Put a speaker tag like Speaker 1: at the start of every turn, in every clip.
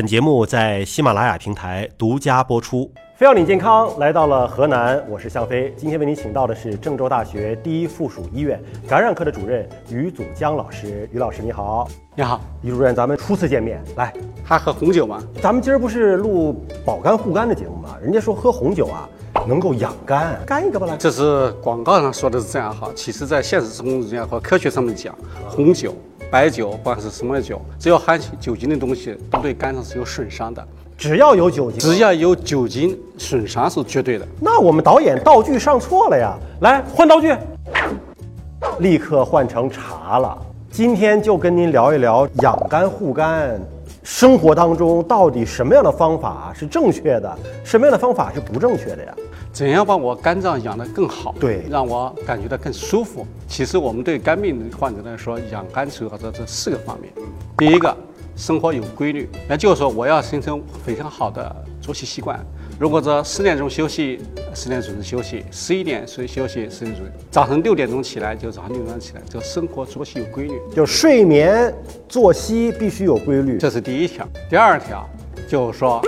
Speaker 1: 本节目在喜马拉雅平台独家播出。非要你健康来到了河南，我是向飞。今天为你请到的是郑州大学第一附属医院感染科的主任于祖江老师。于老师你好，
Speaker 2: 你好，
Speaker 1: 于主任，咱们初次见面，来，
Speaker 2: 还喝红酒吗？
Speaker 1: 咱们今儿不是录保肝护肝的节目吗？人家说喝红酒啊能够养肝，啊干一个吧来。
Speaker 2: 这是广告上说的是这样哈，其实在现实中间和科学上面讲，红酒、白酒，不管是什么酒，只要含酒精的东西，都对肝脏是有损伤的。
Speaker 1: 只要有酒精，
Speaker 2: 只要有酒精，损伤是绝对的。
Speaker 1: 那我们导演道具上错了呀！来换道具，立刻换成茶了。今天就跟您聊一聊养肝护肝，生活当中到底什么样的方法是正确的，什么样的方法是不正确的呀？
Speaker 2: 怎样把我肝脏养得更好？
Speaker 1: 对
Speaker 2: 让我感觉到更舒服。其实我们对肝病的患者来说，养肝主要在这四个方面。第一个，生活有规律，那就是说我要形成非常好的作息习惯。如果这十点钟休息，十点准时休息；十一点睡休息，十点准时。早晨六点钟起来就早上六点钟起来，这生活作息有规律，
Speaker 1: 就睡眠作息必须有规律。
Speaker 2: 这是第一条。第二条就是说，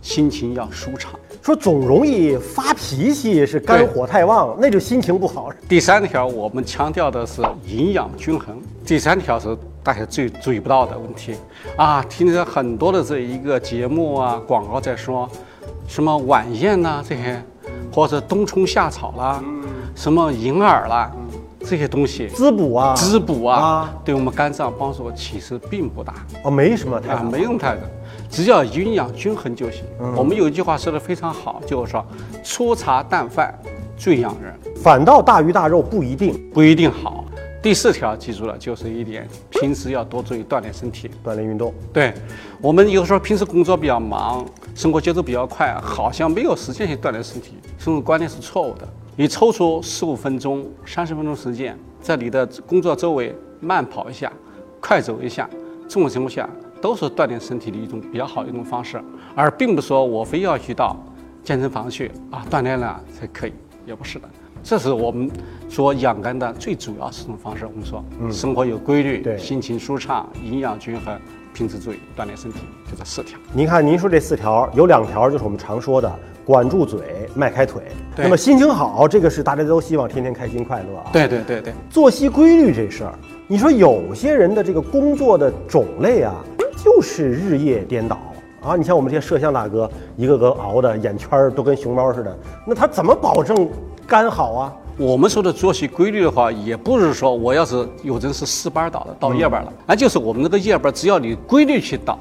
Speaker 2: 心情要舒畅。
Speaker 1: 说总容易发脾气是肝
Speaker 2: 对
Speaker 1: 火太旺，那就心情不好。
Speaker 2: 第三条，我们强调的是营养均衡。第三条是大家最注意不到的问题啊，听着很多的这一个节目啊、广告在说，什么晚宴呐、这些，或者冬虫夏草啦，
Speaker 1: 嗯
Speaker 2: 什么银耳啦，这些东西
Speaker 1: 滋补啊，
Speaker 2: 滋补啊，
Speaker 1: 啊
Speaker 2: 对我们肝脏帮助其实并不大。
Speaker 1: 哦，没什么太嗯
Speaker 2: 啊，
Speaker 1: 大。
Speaker 2: 没用太的，只要营养均衡就行。我们有一句话说的非常好，就是说粗茶淡饭最养人。
Speaker 1: 反倒大鱼大肉不一定
Speaker 2: 不一定好。第四条记住了，就是一点，平时要多注意锻炼身体。
Speaker 1: 锻炼运动。
Speaker 2: 对，我们有时候平时工作比较忙，生活节奏比较快，好像没有时间去锻炼身体，这种观念是错误的。你抽出十五分钟、三十分钟时间，在你的工作周围慢跑一下、快走一下，这种情况下都是锻炼身体的一种比较好的一种方式，而并不是说我非要去到健身房去啊锻炼了才可以，也不是的。这是我们说养肝的最主要四种方式。我们说，生活有规律，
Speaker 1: 对
Speaker 2: 心情舒畅，营养均衡，平时注意锻炼身体，就这四条。
Speaker 1: 您看，您说这四条有两条就是我们常说的管住嘴，迈开腿。
Speaker 2: 对
Speaker 1: 那么心情好，这个是大家都希望天天开心快乐啊。，
Speaker 2: 对对对对，
Speaker 1: 作息规律这事儿，你说有些人的这个工作的种类啊，就是日夜颠倒啊。你像我们这些摄像大哥，一个个熬的眼圈儿都跟熊猫似的，那他怎么保证肝好啊？
Speaker 2: 我们说的作息规律的话，也不是说我要是有人是四班倒的，到夜班了，那就是我们这个夜班，只要你规律去倒，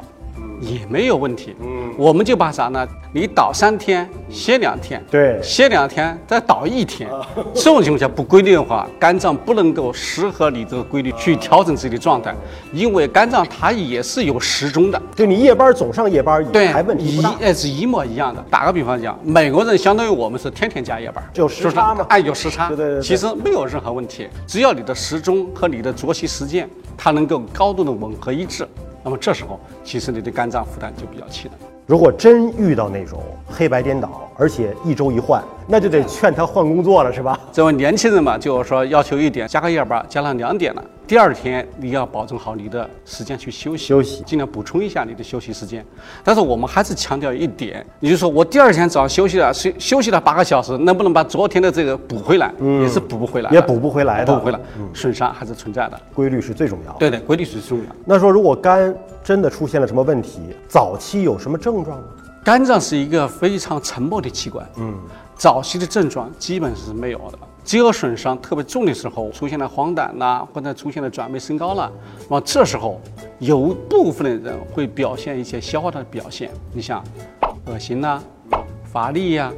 Speaker 2: 也没有问题。嗯，我们就把啥呢？你倒三天，歇两天，
Speaker 1: 对
Speaker 2: 歇两天再倒一天，这种情况下不规律的话，肝脏不能够适合你这个规律去调整自己的状态，因为肝脏它也是有时钟的。
Speaker 1: 就你夜班总上夜班，
Speaker 2: 对，
Speaker 1: 还问题
Speaker 2: 一
Speaker 1: 不大。
Speaker 2: 呃是一模一样的。打个比方讲，美国人相当于我们是天天加夜班，
Speaker 1: 就时差嘛
Speaker 2: 就是按哎有时差，
Speaker 1: 对对对对
Speaker 2: 其实没有任何问题，只要你的时钟和你的作息时间，它能够高度的吻合一致，那么这时候其实你的肝脏负担就比较轻了。
Speaker 1: 如果真遇到那种黑白颠倒，而且一周一换，那就得劝他换工作了，是吧？
Speaker 2: 这位年轻人嘛，就是说要求一点，加个夜班，加上两点了。第二天你要保证好你的时间去休息，
Speaker 1: 休息
Speaker 2: 尽量补充一下你的休息时间。但是我们还是强调一点，也就是说我第二天早上休息了，休休息了八个小时，能不能把昨天的这个补回来？也是补不回来
Speaker 1: 嗯
Speaker 2: 的，
Speaker 1: 也补不回来的嗯
Speaker 2: 补不回来，损伤还是存在的。
Speaker 1: 规律是最重要的。
Speaker 2: 对的，规律是重要。
Speaker 1: 那说如果肝真的出现了什么问题，早期有什么症状吗？
Speaker 2: 肝脏是一个非常沉默的器官，嗯，早期的症状基本是没有的，只有损伤特别重的时候，出现了黄疸啦，或者出现了转位升高啦，那么这时候有部分的人会表现一些消化道的表现，你像恶心啦、乏力呀、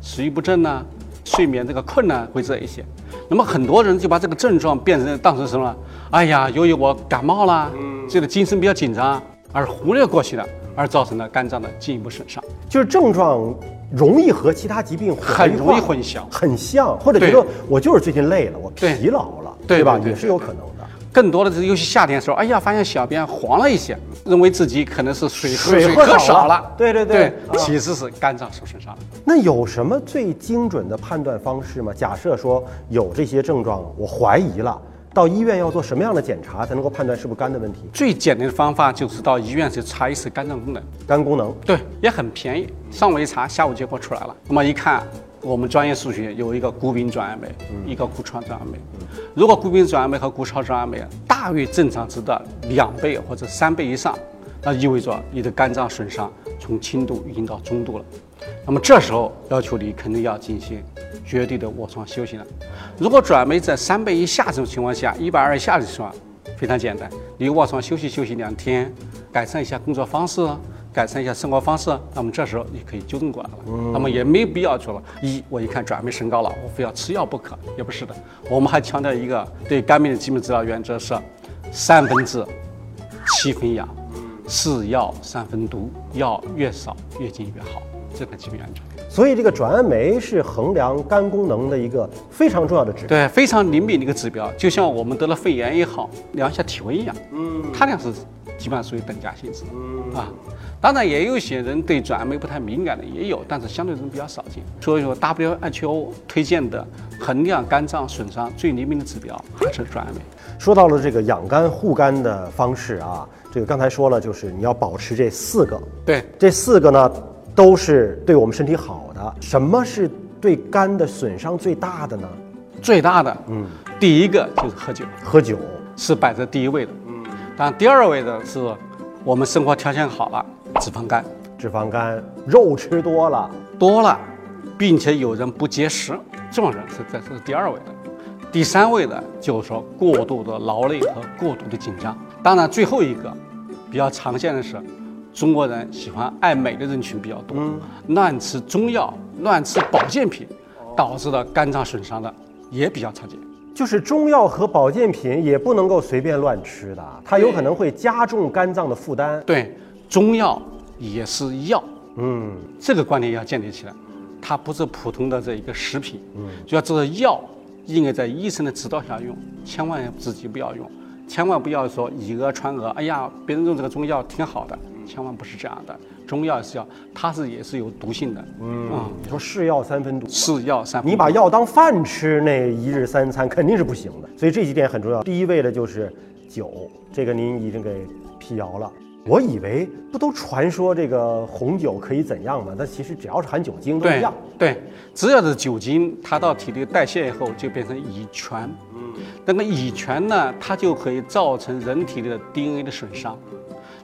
Speaker 2: 食欲不振呐、睡眠这个困难会这一些。那么很多人就把这个症状变成当成什么了？哎呀，由于我感冒啦，这个精神比较紧张，而忽略过去了，而造成了肝脏的进一步损伤，
Speaker 1: 就是症状容易和其他疾病
Speaker 2: 很
Speaker 1: 混
Speaker 2: 容易
Speaker 1: 淆
Speaker 2: 混淆。
Speaker 1: 很像，或者觉
Speaker 2: 对
Speaker 1: 得我就是最近累了，我
Speaker 2: 对
Speaker 1: 疲劳了，
Speaker 2: 对
Speaker 1: 吧？
Speaker 2: 对对
Speaker 1: 也是有可能的。
Speaker 2: 更多的是，尤其夏天的时候，哎呀，发现小便黄了一些，认为自己可能是水喝
Speaker 1: 水
Speaker 2: 水
Speaker 1: 喝少
Speaker 2: 喝少
Speaker 1: 了
Speaker 2: 了，
Speaker 1: 对对对
Speaker 2: 对，
Speaker 1: 啊
Speaker 2: 其实是肝脏受损伤了。
Speaker 1: 那有什么最精准的判断方式吗？假设说有这些症状，我怀疑了，到医院要做什么样的检查才能够判断是不是肝的问题？
Speaker 2: 最简单的方法就是到医院去查一次肝脏功能，
Speaker 1: 肝功能
Speaker 2: 对，也很便宜。上午一查，下午结果出来了。那么一看，我们专业数学有一个骨柄转氨酶，一个骨穿转氨酶。如果骨柄转氨酶和骨超转氨酶大于正常值的两倍或者三倍以上，那意味着你的肝脏损伤从轻度已经到中度了。那么这时候要求你肯定要进行绝对的卧床休息了。如果转氨酶在三倍以下这种情况下，一百二以下的情况非常简单，你卧床休息休息两天，改善一下工作方式啊，改善一下生活方式啊，那么这时候你可以纠正过来了。那么也没有必要说了，一我一看转氨酶升高了，我非要吃药不可，也不是的。我们还强调一个对肝病的基本治疗原则是三分治，七分养，是药三分毒，药越少越精越好，这个基本原则。
Speaker 1: 所以这个转氨酶是衡量肝功能的一个非常重要的指标。
Speaker 2: 对，非常灵敏的一个指标，就像我们得了肺炎也好，量一下体温一样，嗯，它俩是基本上属于等价性质，嗯啊，当然也有些人对转氨酶不太敏感的也有，但是相对人比较少见。所以说 WHO 推荐的衡量肝脏损伤最灵敏的指标还是转氨酶。
Speaker 1: 说到了这个养肝护肝的方式啊，这个刚才说了，就是你要保持这四个，
Speaker 2: 对，
Speaker 1: 这四个呢都是对我们身体好的。什么是对肝的损伤最大的呢？
Speaker 2: 最大的，嗯，第一个就是喝酒。
Speaker 1: 喝酒。
Speaker 2: 是摆在第一位的。嗯，当然第二位的是我们生活条件好了，脂肪肝
Speaker 1: 脂肪肝，肉吃多了，
Speaker 2: 多了，并且有人不节食，这种人是在这是第二位的。第三位的就是说过度的劳累和过度的紧张。当然，最后一个比较常见的是，中国人喜欢爱美的人群比较多，乱吃中药、乱吃保健品，导致了肝脏损伤的也比较常见。
Speaker 1: 就是中药和保健品也不能够随便乱吃的，它有可能会加重肝脏的负担。
Speaker 2: 对，中药也是药，嗯，这个观念要建立起来，它不是普通的这一个食品，嗯，就要知道药应该在医生的指导下用，千万自己不要用，千万不要说以讹传讹，哎呀，别人用这个中药挺好的，千万不是这样的，中药是药，它是也是有毒性的，嗯，
Speaker 1: 你说是药三分毒，
Speaker 2: 是药三分
Speaker 1: 你把药当饭吃，那一日三餐肯定是不行的。所以这几点很重要。第一位的就是酒，这个您已经给辟谣了。我以为不都传说这个红酒可以怎样吗？但其实只要是含酒精都一
Speaker 2: 对
Speaker 1: 样。
Speaker 2: 对，只要是酒精，它到体内代谢以后就变成乙醛。嗯，那个乙醛呢，它就可以造成人体的 DNA 的损伤。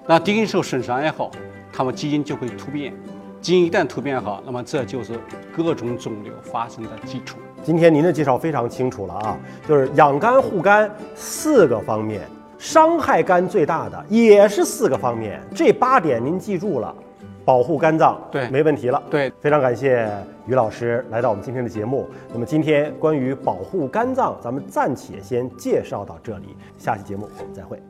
Speaker 2: 那 DNA 受损伤以后，它们基因就会突变，基因一旦突变好，那么这就是各种肿瘤发生的基础。
Speaker 1: 今天您的介绍非常清楚了啊，就是养肝护肝四个方面，伤害肝最大的也是四个方面，这八点您记住了，保护肝脏
Speaker 2: 对
Speaker 1: 没问题了。
Speaker 2: 对
Speaker 1: 非常感谢于老师来到我们今天的节目。那么今天关于保护肝脏，咱们暂且先介绍到这里，下期节目我们再会。